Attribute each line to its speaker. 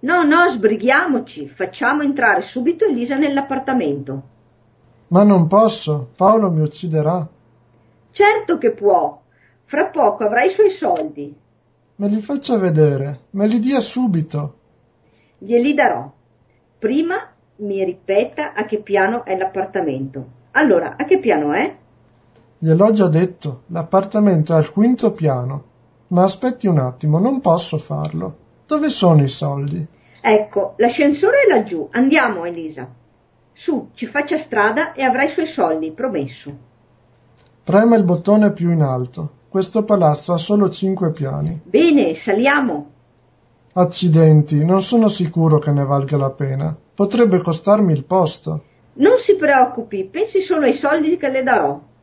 Speaker 1: No, no, sbrighiamoci, facciamo entrare subito Elisa nell'appartamento.
Speaker 2: Ma non posso, Paolo mi ucciderà.
Speaker 1: Certo che può. Fra poco avrà i suoi soldi.
Speaker 2: Me li faccia vedere, me li dia subito.
Speaker 1: Glieli darò. Prima mi ripeta a che piano è l'appartamento. Allora, a che piano è?
Speaker 2: Gliel'ho già detto, l'appartamento è al quinto piano. Ma aspetti un attimo, non posso farlo. Dove sono i soldi?
Speaker 1: Ecco, l'ascensore è laggiù. Andiamo, Elisa. Su, ci faccia strada e avrai i suoi soldi, promesso.
Speaker 2: Prema il bottone più in alto. Questo palazzo ha solo cinque piani.
Speaker 1: Bene, saliamo.
Speaker 2: Accidenti, non sono sicuro che ne valga la pena. Potrebbe costarmi il posto.
Speaker 1: Non si preoccupi, pensi solo ai soldi che le darò.